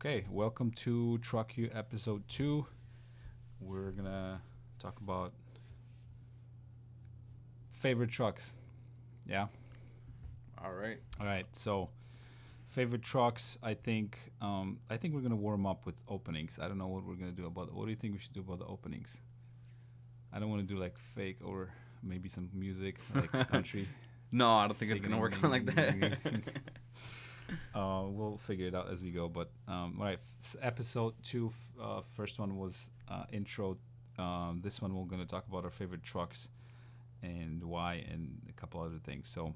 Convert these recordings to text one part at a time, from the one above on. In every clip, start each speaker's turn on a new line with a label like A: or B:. A: Okay, welcome to Truck You episode two. We're gonna talk about favorite trucks. Yeah.
B: All right.
A: All right. So, favorite trucks. I think. Um, I think we're gonna warm up with openings. I don't know what we're gonna do about. What do you think we should do about the openings? I don't want to do like fake or maybe some music like country.
B: No, I don't think it's gonna work out like that.
A: Uh, we'll figure it out as we go. But um, all right, s- episode two, f- uh, first one was uh, intro. Um, this one we're gonna talk about our favorite trucks and why, and a couple other things. So,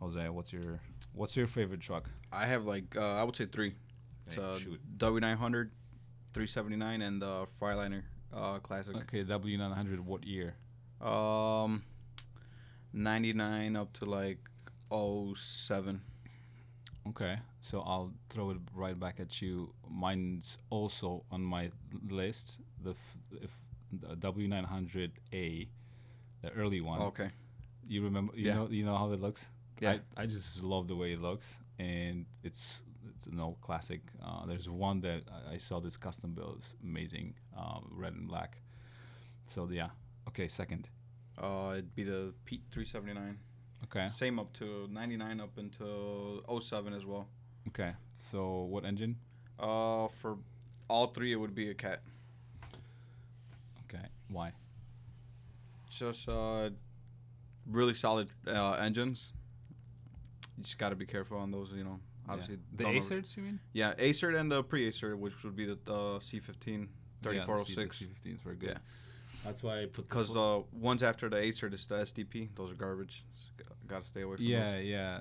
A: Jose, what's your what's your favorite truck?
B: I have like uh, I would say three. It's
A: Okay,
B: uh,
A: shoot.
B: W900, 379, and the Freiliner uh, Classic.
A: Okay, W nine hundred. What year?
B: Um, 99 up to like 07.
A: Okay, so I'll throw it right back at you. Mine's also on my list. The f- if the W nine hundred A, the early one.
B: Okay.
A: You remember? You
B: Yeah.
A: know? You know how it looks?
B: Yeah.
A: I, I just love the way it looks, and it's it's an old classic. Uh, there's one that I, I saw this custom build. It's amazing, um, red and black. So yeah. Okay, second.
B: Uh, it'd be the Pete 379.
A: Okay.
B: Same up to 99 up until 07 as well.
A: Okay. So what engine?
B: Uh, for all three, it would be a cat.
A: Okay. Why?
B: Just uh, really solid uh, engines. You just got to be careful on those, you know.
A: Yeah.
B: Obviously,
A: The
B: don't over-
A: Acerts, you mean?
B: Yeah, Acer and the pre Acer, which would be the uh, C15 3406.
A: C15s were good.
B: Yeah.
A: That's why I put the
B: Because
A: fo-
B: the ones uh, after the Acer, it's the SDP. Those are garbage. Got to stay away from
A: yeah, yeah,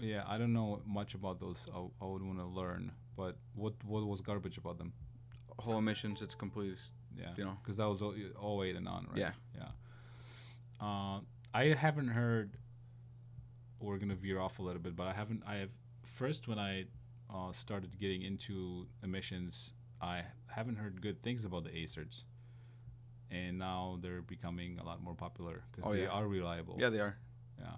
A: yeah. I don't know much about those. I, I would want to learn. But what what was garbage about them?
B: those. Whole emissions, it's complete.
A: Yeah,
B: You know.
A: because that was all, all eight and on, right?
B: Yeah.
A: yeah. Uh, I haven't heard. We're gonna veer off a little bit, but I haven't. I have first when I uh, started getting into emissions, I haven't heard good things about the Acerts. And now they're becoming a lot more popular because
B: Oh,
A: they
B: yeah.
A: are reliable.
B: Yeah, they are.
A: Yeah,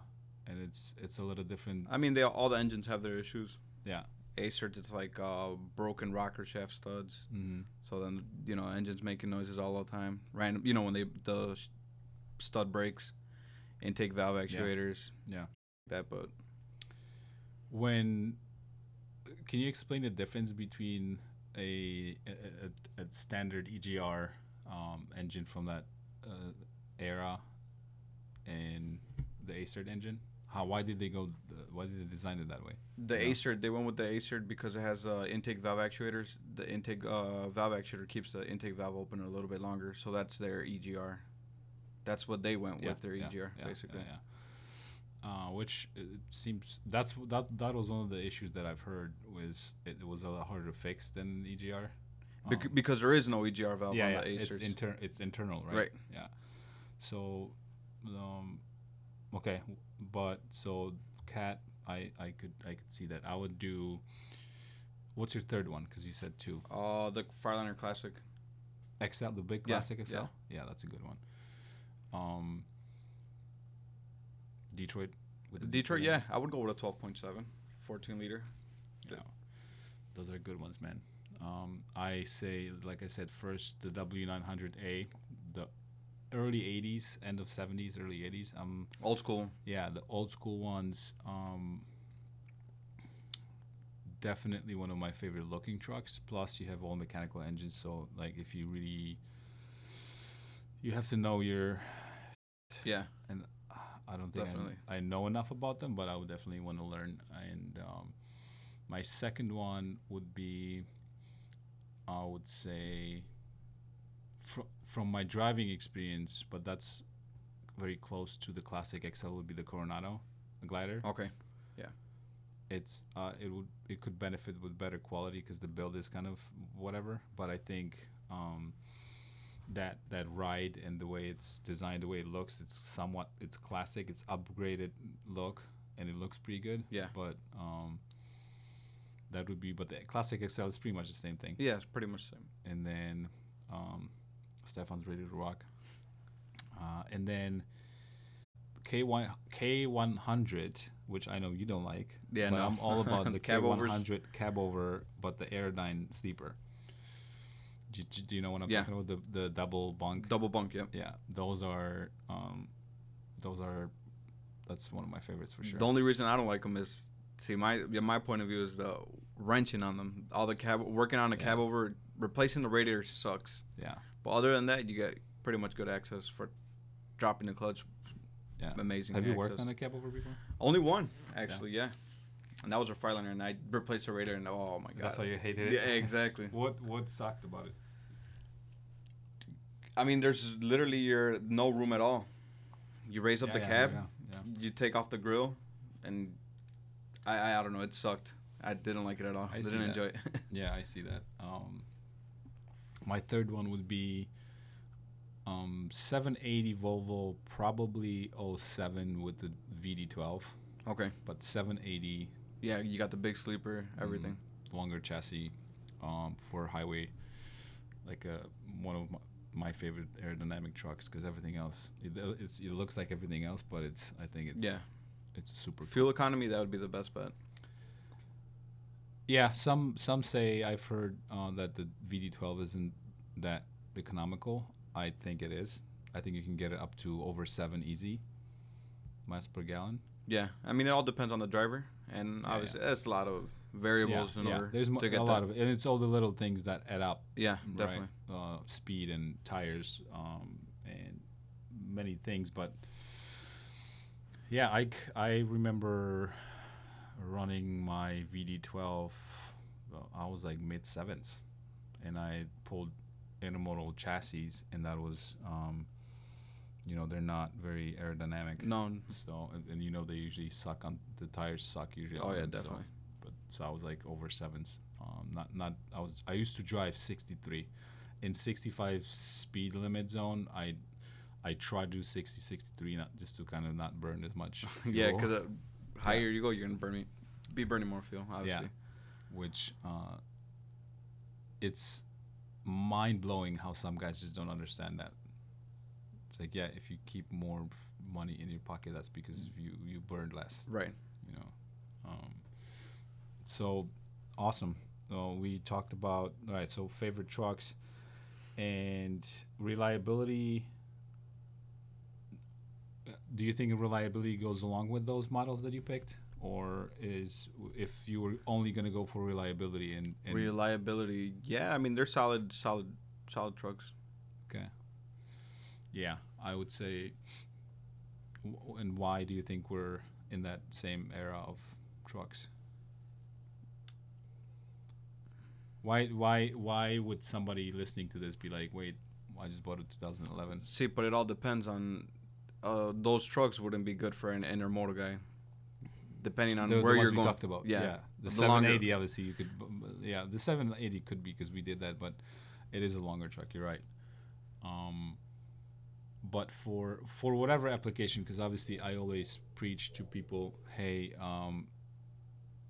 A: and it's it's a little different.
B: I mean, they all the engines have their issues.
A: Yeah.
B: Acer, it's like uh, broken rocker shaft studs.
A: Mm-hmm.
B: So then, you know, engines making noises all the time. Random, you know, when they the sh- stud brakes, intake valve actuators.
A: Yeah.
B: That, but
A: When can you explain the difference between a a, a, a standard EGR um, engine from that uh, era and the Acert engine? How why did they go? uh, Why did they design it that way?
B: The
A: Yeah.
B: Acer, they went with the Acer because it has uh, intake valve actuators. The intake uh, valve actuator keeps the intake valve open a little bit longer, so that's their EGR. That's what they went with their EGR, basically.
A: Yeah, yeah. Uh, which uh, it seems that's w- that that was one of the issues that I've heard was it, was a lot harder to fix than an EGR.
B: Bec-
A: Um,
B: because there is no EGR valve
A: yeah,
B: on
A: yeah.
B: the
A: it's
B: Acers.
A: inter- it's internal, right?
B: Right.
A: Yeah. So, um, okay, but so cat, I I could I could see that. I would do. What's your third one? Because you said two.
B: uh, the Fireliner Classic.
A: XL, the big
B: Yeah,
A: classic XL.
B: yeah.
A: yeah, that's a good one. Um. Detroit. With the
B: Detroit,
A: engine.
B: yeah, I would go with a 12.7, 14 liter.
A: Yeah. Those are good ones, man. Um, I say, like I said, first the W900A, the early 80s, end of 70s, early 80s. Um,
B: Old school.
A: yeah, the old school ones. Um, definitely one of my favorite looking trucks. Plus, you have all mechanical engines, so like if you really, you have to know your.
B: Yeah.
A: I don't think I-
B: Definitely.
A: I, know enough about them, but I would definitely want to learn. And um, my second one would be, I would say, fr- from my driving experience, but that's very close to the classic XL would be the Coronado the glider.
B: Okay.
A: It's uh, it would it could benefit with better quality because the build is kind of whatever. But I think um, that that ride and the way it's designed, the way it looks, it's somewhat it's classic. It's upgraded look, and it looks pretty good.
B: Yeah.
A: But um, that would be. But the classic XL is pretty much the same thing.
B: Yeah, it's pretty much the same.
A: And then um, Stefan's ready to rock. Uh, and then K1 K100, which I know you don't like.
B: Yeah,
A: but
B: no.
A: I'm all about the
B: Cab overs.
A: K100 cab over, but the Aerodyne sleeper. Do, do- do you know what I'm
B: Yeah.
A: talking about? The the double bunk.
B: Double bunk, yeah.
A: yeah, those are um, those are that's one of my favorites for sure.
B: The only reason I don't like them is, see, my yeah, my point of view is the wrenching on them. All the cab working on a cab over replacing the radiator sucks.
A: Yeah.
B: But other than that, you got pretty much good access for dropping the clutch.
A: Yeah.
B: Amazing.
A: Have you
B: access.
A: worked on a cab over before?
B: Only one actually, yeah. And that was a Freiliner, and I replaced the radiator, and oh my god.
A: That's why you hated it.
B: Yeah, exactly.
A: What what sucked about it?
B: I mean, there's literally your no room at all. You raise up
A: Yeah,
B: the
A: yeah,
B: cab,
A: yeah, yeah.
B: you take off the grill, and I, I I don't know, it sucked. I didn't like it at all.
A: I
B: I
A: see
B: didn't
A: that.
B: enjoy it.
A: Yeah, I see that. Um, my third one would be um, 780 Volvo, probably 07 with the VD12,
B: okay.
A: but 780
B: Yeah, you got the big sleeper,
A: Mm-hmm.
B: everything.
A: longer chassis um, for highway, like uh, one of my, my favorite aerodynamic trucks because everything else it, uh, it's, it looks like everything else, but it's I think it's
B: Yeah.
A: it's super
B: Fuel economy, that would be the best bet.
A: Yeah, some some say I've heard uh, that the VD12 isn't that economical. I think it is. I think you can get it up to over seven easy miles per gallon.
B: Yeah, I mean, it all depends on the driver, and
A: Yeah,
B: obviously, that's a lot of variables in order
A: there's mo-
B: to get
A: a
B: that.
A: lot of it, and it's all the little things that add up,
B: yeah, definitely.
A: right? Uh, speed and tires um, and many things, but yeah, I c- I remember running my VD12. Well, uh, I was like mid sevens, and I pulled intermodal chassis, and that was, um, you know, they're not very aerodynamic.
B: No,
A: So and, and you know they usually suck on the tires suck usually.
B: Oh,
A: on
B: yeah,
A: them, so-
B: definitely.
A: but so I was like over sevens. Um, not not I was I used to drive 63, in 65 speed limit zone. I I try to do 60 63 not just to kind of not burn as much.
B: yeah,
A: fuel,
B: because uh, higher you go, you're gonna burn me, be burning more fuel, obviously.
A: which uh, it's mind blowing how some guys just don't understand that. It's like yeah, if you keep more money in your pocket, that's because you you burn less.
B: Right.
A: you know. Um, so awesome. Uh, we talked about all right. So favorite trucks and reliability. Uh, Do you think reliability goes along with those models that you picked, or is if you were only gonna go for reliability and, and
B: Reliability. Yeah, I mean they're solid, solid, solid trucks.
A: okay, yeah, I would say. w- And why do you think we're in that same era of trucks? Why why why would somebody listening to this be like, wait, I just bought a 2011?
B: See, but it all depends on. Uh, those trucks wouldn't be good for an intermodal guy, depending on
A: The, the
B: where
A: ones
B: you're
A: we
B: going.
A: talked about, yeah,
B: Yeah.
A: the,
B: The longer-
A: 780 obviously you could, bu- bu- yeah, the 780 could be because we did that, but it is a longer truck. You're right. Um, but for for whatever application, because obviously I always preach to people, hey, um,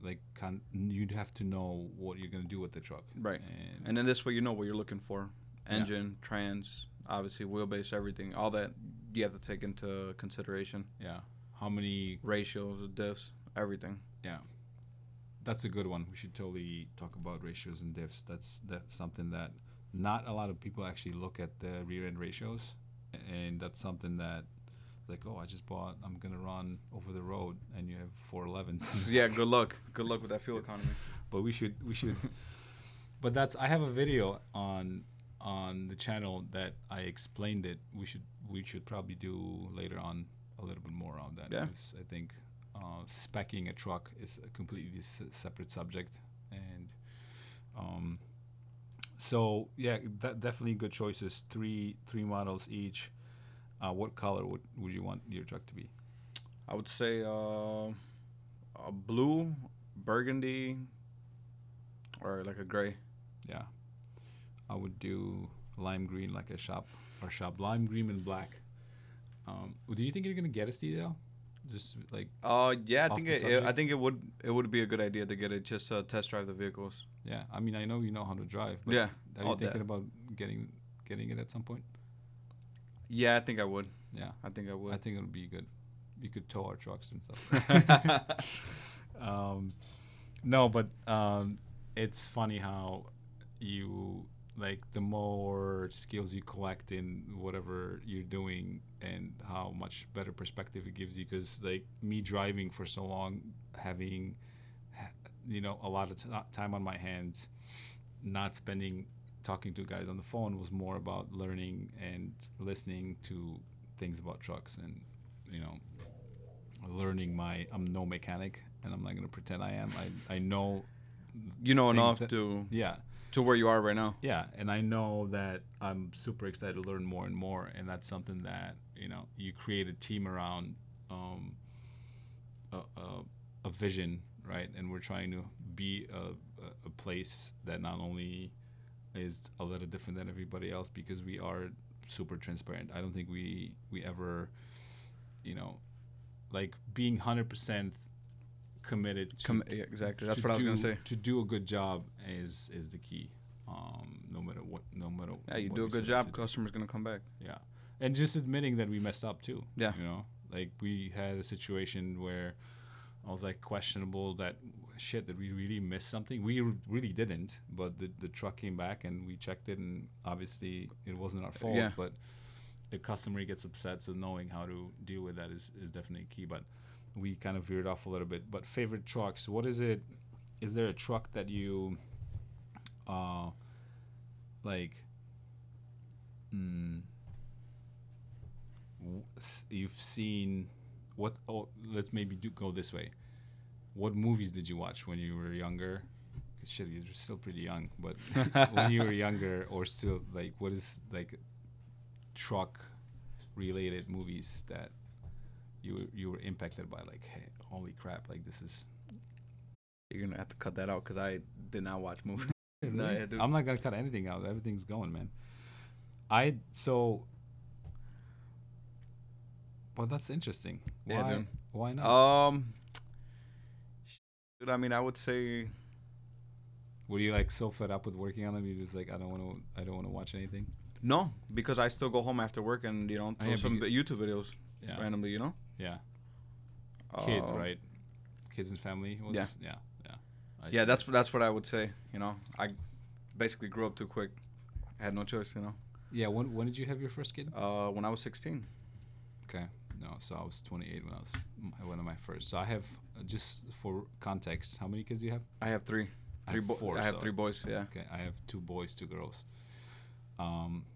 A: like can, you'd have to know what you're gonna do with the truck,
B: Right.
A: And,
B: And then this way you know what you're looking for.
A: Yeah.
B: Engine, trans, obviously wheelbase, everything, all that you have to take into consideration.
A: yeah, how many
B: Ratios, diffs, everything.
A: that's a good one. We should totally talk about ratios and diffs. That's that's something that not a lot of people actually look at the rear end ratios, and that's something that like oh I just bought I'm gonna run over the road and you have four elevens.
B: So yeah, good luck. Good luck with that fuel economy.
A: but we should we should. but that's I have a video on on the channel that I explained it. We should we should probably do later on a little bit more on that.
B: Yeah.
A: 'cause I think uh, specking a truck is a completely s- separate subject and. Um, so yeah, that definitely good choices. Three three models each. Uh, what color would, would you want your truck to be?
B: I would say uh, a blue, burgundy, or like a gray.
A: Yeah, I would do lime green like a shop or shop lime green and black. Um, do you think you're gonna get a CDL? Just like
B: Uh, yeah, I
A: Off
B: think
A: the
B: it, I
A: subject?
B: think it would it would be a good idea to get it just to test drive the vehicles.
A: yeah, I mean I know you know how to drive, but
B: yeah,
A: are
B: all
A: you
B: that.
A: thinking about getting getting it at some point?
B: yeah, I think I would.
A: Yeah,
B: I think I would.
A: I think it would be good. you could tow our trucks and stuff. um, no, but um, it's funny how you like the more skills you collect in whatever you're doing and how much better perspective it gives you because like me driving for so long having you know a lot of t- time on my hands not spending talking to guys on the phone was more about learning and listening to things about trucks and you know learning my i'm no mechanic and i'm not going to pretend i am i, I know
B: you know enough that, to
A: yeah
B: to where you are right now
A: yeah and i know that i'm super excited to learn more and more and that's something that you know you create a team around um, a, a, a vision right and we're trying to be a, a place that not only is a little different than everybody else because we are super transparent. I don't think we we ever, you know, like being hundred percent committed.
B: To, Com- yeah, exactly. That's what I was
A: do,
B: gonna say.
A: To do a good job is is the key. Um, no matter what, no matter.
B: Yeah, you do a good job, customer's gonna come back.
A: Yeah, and just admitting that we messed up too.
B: Yeah,
A: you know, like we had a situation where I was like questionable that shit did we really miss something we r- really didn't but the, the truck came back and we checked it and obviously it wasn't our fault
B: yeah.
A: but the customer gets upset so knowing how to deal with that is, is definitely key but we kind of veered off a little bit but favorite trucks what is it is there a truck that you uh like mm, w- you've seen what oh let's maybe do go this way what movies did you watch when you were younger? Cause shit, you're still pretty young, but when you were younger or still like, what is like truck related movies that you you were impacted by? Like, hey, holy crap, like this is.
B: You're gonna have to cut that out because I did not watch movies.
A: Really? no, I'm not gonna cut anything out. Everything's going, man. I so. Well, that's interesting. Why?
B: Yeah, dude.
A: why not?
B: Um, Dude, I mean, I would say.
A: Were you like so fed up with working on them? You just like, I don't want to, I don't want to watch anything.
B: No, because I still go home after work and you know
A: Oh,
B: throw
A: yeah,
B: some
A: becau-
B: YouTube videos
A: Yeah,
B: randomly. You know,
A: yeah. Kids,
B: Uh,
A: right? Kids and family. Was,
B: Yeah.
A: yeah, yeah. I
B: Yeah,
A: see.
B: that's that's what I would say. You know, I basically grew up too quick. I had no choice. You know,
A: yeah. When when did you have your first kid?
B: uh, when I was 16.
A: Okay, no. So I was 28 when I was my- one of my first. So I have uh, just for context, how many kids do you have?
B: I have three,
A: I
B: three
A: have
B: boys.
A: four,
B: I have
A: so-
B: three boys. Yeah.
A: Okay, I have two boys, two girls. Um,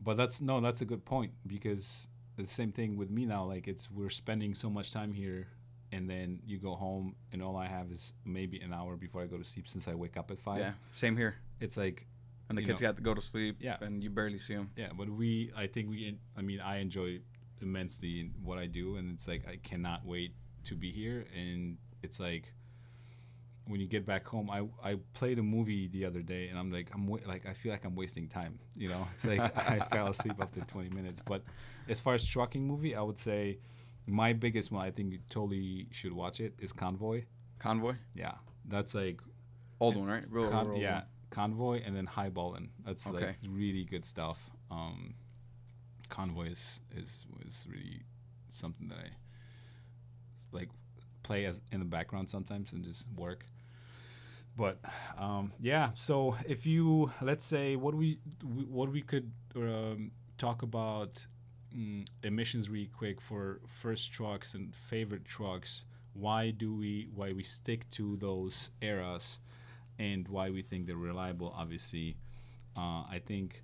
A: but that's no, that's a good point because the same thing with me now. Like it's we're spending so much time here, and then you go home, and all I have is maybe an hour before I go to sleep since I wake up at five.
B: Yeah. Same here.
A: It's like
B: And the
A: You
B: kids
A: know.
B: got to go to sleep.
A: Yeah.
B: And you barely see them.
A: yeah, but we I think we en- I mean I enjoy immensely what I do, and it's like I cannot wait to be here, and it's like when you get back home, I, I played a movie the other day, and I'm like I'm wa- like I feel like I'm wasting time. You know, it's like I fell asleep after 20 minutes. But as far as trucking movie, I would say my biggest one. I think you totally should watch it. Is Convoy.
B: Convoy.
A: Yeah, that's like
B: Old one, right? Real,
A: Con-
B: real old
A: yeah,
B: one.
A: Convoy and then Highballin. That's like
B: Okay.
A: really good stuff. Um, Convoy is, is was really something that I like play as in the background sometimes and just work. But um, yeah, so if you let's say what we what we could um, talk about mm, emissions really quick for first trucks and favorite trucks. Why do we why we stick to those eras? and why we think they're reliable. Obviously, uh, I think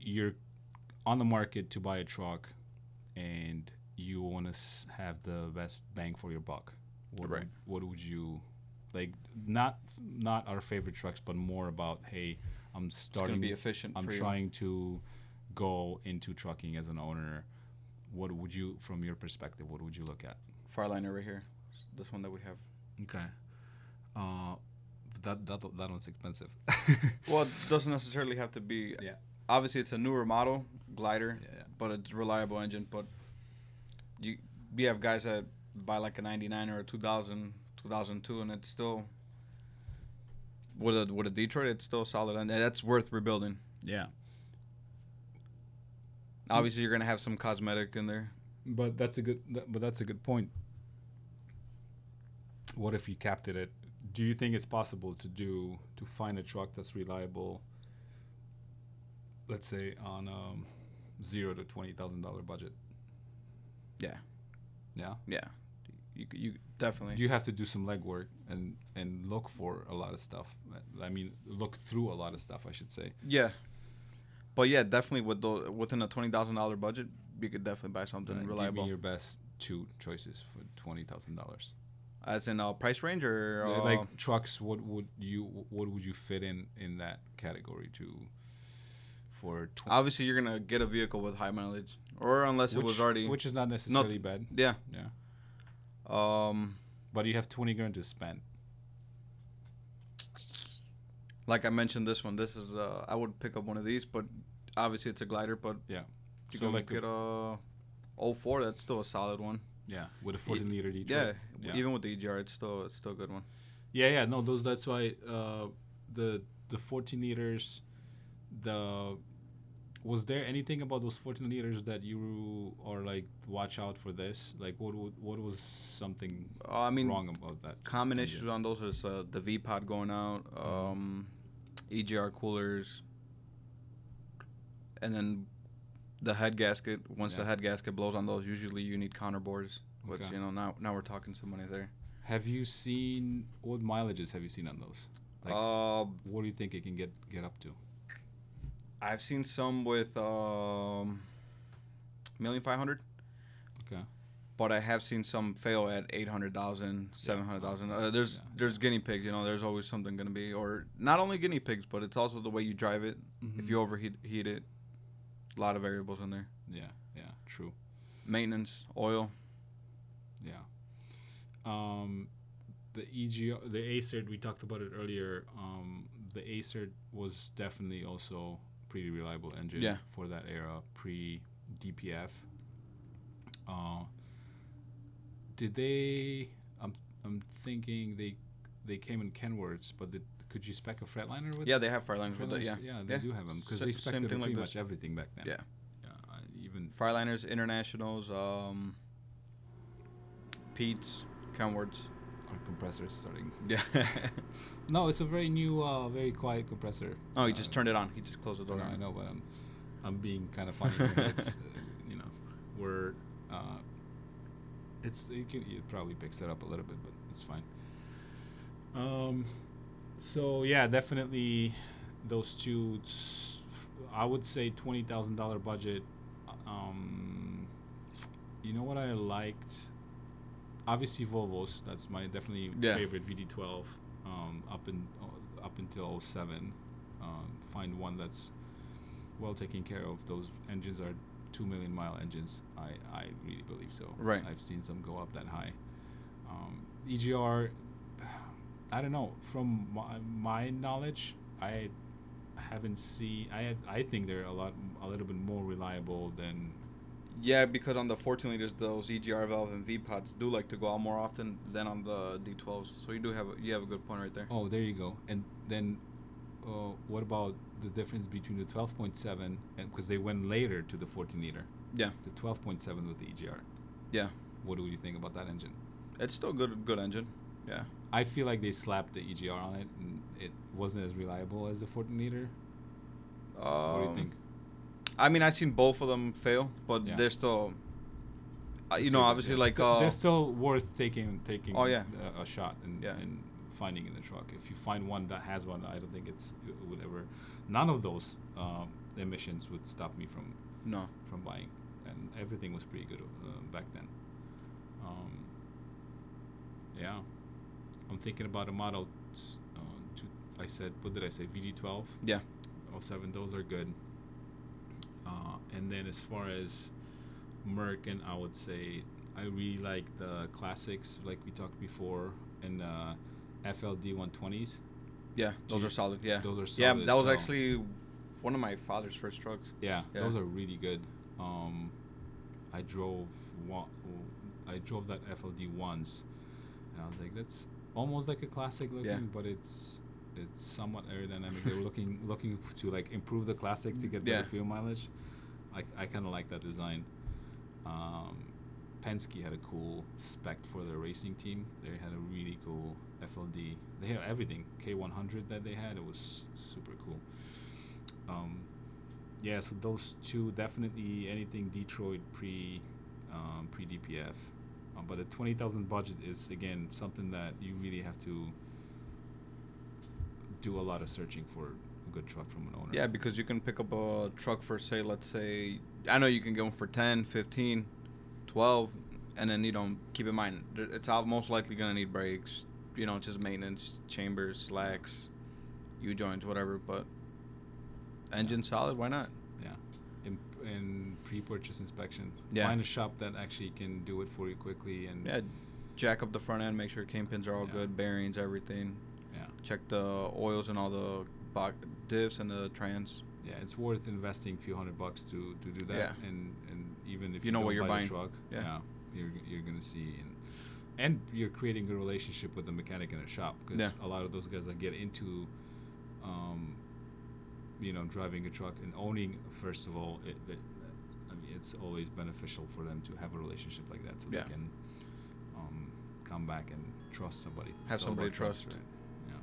A: you're on the market to buy a truck, and you want to have the best bang for your buck. What
B: Right.
A: Would, what would you like? Not not our favorite trucks, but more about hey, I'm
B: It's
A: starting.
B: gonna be efficient
A: I'm
B: for you.
A: trying to go into trucking as an owner. What would you, from your perspective, what would you look at?
B: Fireliner right here. This one that we have.
A: Okay. Uh, that that that one's expensive.
B: Well, it doesn't necessarily have to be.
A: Yeah.
B: Obviously, it's a newer model glider,
A: Yeah, yeah.
B: but it's a reliable engine. But you we have guys that buy like a 99 or a 2000, 2002, and it's still with a with a Detroit, it's still solid, and that's worth rebuilding.
A: yeah.
B: Obviously, you're gonna have some cosmetic in there.
A: But that's a good. th- But that's a good point. What if you capped it at? Do you think it's possible to do to find a truck that's reliable? Let's say on um, zero to twenty thousand dollar budget.
B: Yeah.
A: Yeah.
B: Yeah, you you definitely.
A: Do you have to do some legwork and and look for a lot of stuff? I mean, look through a lot of stuff, I should say.
B: Yeah, but yeah, definitely with the within a twenty thousand dollar budget, you could definitely buy something
A: Uh, Give
B: reliable.
A: me your best two choices for twenty thousand dollars.
B: As in uh, price range or uh,
A: Like trucks, what would you what would you fit in in that category to? For tw-
B: obviously you're gonna get a vehicle with high mileage, or unless
A: which,
B: Uh, it was already
A: which is not necessarily bad,
B: yeah
A: Yeah.
B: Um,
A: but you have twenty grand to spend.
B: like I mentioned, this one this is uh, I would pick up one of these, but obviously it's a glider, but
A: Yeah.
B: you
A: So
B: can
A: like a-
B: get a 04, uh, that's still a solid one.
A: Yeah, with a fourteen liter Detroit.
B: Yeah,
A: Yeah.
B: even with the EGR, it's still it's still a good one.
A: Yeah, yeah, no, those. That's why uh, the the fourteen liters. The was there anything about those fourteen liters that you are like watch out for this? Like, what would- what was something
B: Uh, I mean,
A: wrong about that?
B: common
A: Yeah. Mm-hmm.
B: issues on those is uh, the V pod going out, um, EGR coolers, and then the head gasket. Once the
A: Yeah.
B: head gasket blows on those, usually you need counter boards, which
A: Okay.
B: you know now now we're talking some money there.
A: Have you seen what mileages have you seen on those? Like,
B: uh,
A: what do you think it can get get up to?
B: I've seen some with um, million five hundred.
A: Okay.
B: But I have seen some fail at 800,000, 700,000. Uh, there's
A: Yeah.
B: there's guinea pigs, you know. There's always something gonna be, or not only guinea pigs, but it's also the way you drive it.
A: Mm-hmm.
B: If you overheat heat it, a lot of variables in there.
A: yeah, yeah, true.
B: Maintenance, oil.
A: Yeah. Um, the EG, the ACERT, we talked about it earlier. Um, the ACERT was definitely also pretty reliable engine
B: Yeah.
A: for that era, pre DPF. Uh, did they? I'm I'm thinking they they came in Kenworths, but did, could you spec a Freightliner with?
B: Yeah, they have Fireliners with it.
A: Freightliner?
B: Yeah,
A: yeah, they do have them because
B: Sa-
A: they
B: same
A: spec'd
B: thing
A: pretty
B: like
A: much
B: this.
A: everything back then.
B: Yeah.
A: yeah I- even
B: Fireliners, Internationals, um, Pete's, Kenworths.
A: our compressors starting.
B: Yeah.
A: No, it's a very new, uh, very quiet compressor.
B: oh, he
A: Uh,
B: just turned it on. He just closed the
A: I
B: door.
A: know, I know, but I'm, I'm being kind of funny. it's, uh, you know, we're, uh, it's it, can, it probably picks that up a little bit, but it's fine. Um, so yeah, definitely those two. s- I would say twenty thousand dollar budget. Um, you know what I liked? Obviously Volvos. That's my definitely
B: Yeah.
A: favorite VD12. Um, up in up until 07. Um, find one that's well taken care of. Those engines are two million mile engines. I, I really believe so.
B: Right.
A: I've seen some go up that high. Um, EGR, I don't know. From my, my knowledge, I haven't seen. I have, I think they're a lot, a little bit more reliable than.
B: Yeah, because on the 14 liters, those EGR valve and V pods do like to go out more often than on the D12s. So you do have a, you have a good point right there.
A: Oh, there you go. And then, uh, what about the difference between the 12.7 and because they went later to the 14 liter?
B: Yeah.
A: The 12.7 with the EGR.
B: Yeah,
A: What do you think about that engine?
B: it's still good good engine. Yeah,
A: I feel like they slapped the EGR on it, and it wasn't as reliable as the 14 liter.
B: um,
A: what do you think?
B: I mean, I've seen both of them fail, but
A: Yeah.
B: they're still, uh, you
A: It's
B: know,
A: still-
B: obviously
A: it's
B: like
A: still-
B: uh,
A: they're still worth taking taking
B: Oh, yeah.
A: a, a shot and,
B: Yeah.
A: and finding in the truck if you find one that has one i don't think it's it would ever none of those um, emissions would stop me from
B: no,
A: from buying and everything was pretty good uh, back then um, yeah i'm thinking about a model s- uh, two, i said what did i say vd12
B: yeah,
A: all seven those are good uh, and then as far as merkin i would say i really like the classics like we talked before and uh, fld 120s
B: yeah, those
A: you-
B: are solid. Yeah,
A: those are
B: yeah,
A: solid
B: that was
A: as well.
B: actually one of my father's first trucks.
A: yeah,
B: Yeah.
A: those are really good um, i drove one i drove that fld once and i was like that's almost like a classic looking but it's it's somewhat aerodynamic they were looking looking to like improve the classic to get better
B: Yeah.
A: fuel mileage I, I kind of like that design. Um, Penske had a cool spec for their racing team. They had a really cool FLD. They had everything K100 that they had. It was super cool. Um, yeah, so those two definitely anything Detroit pre um, pre DPF. Um, but the twenty thousand budget is again something that you really have to do a lot of searching for a good truck from an owner.
B: Yeah, because you can pick up a truck for say, let's say, I know you can get them for 10, 15, 12, and then you know, keep in mind it's most likely gonna need brakes, you know, just maintenance, chambers, slacks, U joints, whatever. But engine yeah. solid, why not?
A: Yeah, in, in pre-purchase inspection,
B: Yeah.
A: find a shop that actually can do it for you quickly and
B: Yeah, jack up the front end, make sure cane pins are all
A: Yeah.
B: good, bearings, everything.
A: yeah.
B: Check the oils and all the bo- diffs and the trans.
A: yeah, it's worth investing a few hundred bucks to, to do that.
B: Yeah.
A: And and even if
B: You know
A: don't
B: what you're
A: buy
B: buying.
A: the truck,
B: Yeah.
A: you're you're gonna see and and you're creating a relationship with the mechanic in the shop because
B: Yeah.
A: a lot of those guys that get into, um, you know, driving a truck and owning first of all, it, it, I mean, it's always beneficial for them to have a relationship like that so
B: Yeah.
A: they can um, come back and trust somebody.
B: Have
A: It's all
B: somebody
A: about
B: trust.
A: right? Yeah.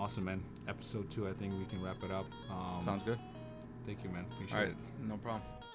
A: Awesome, man. Episode two, I think we can wrap it up. Um,
B: Sounds good.
A: Thank you, man. Appreciate
B: All right,
A: it.
B: no problem.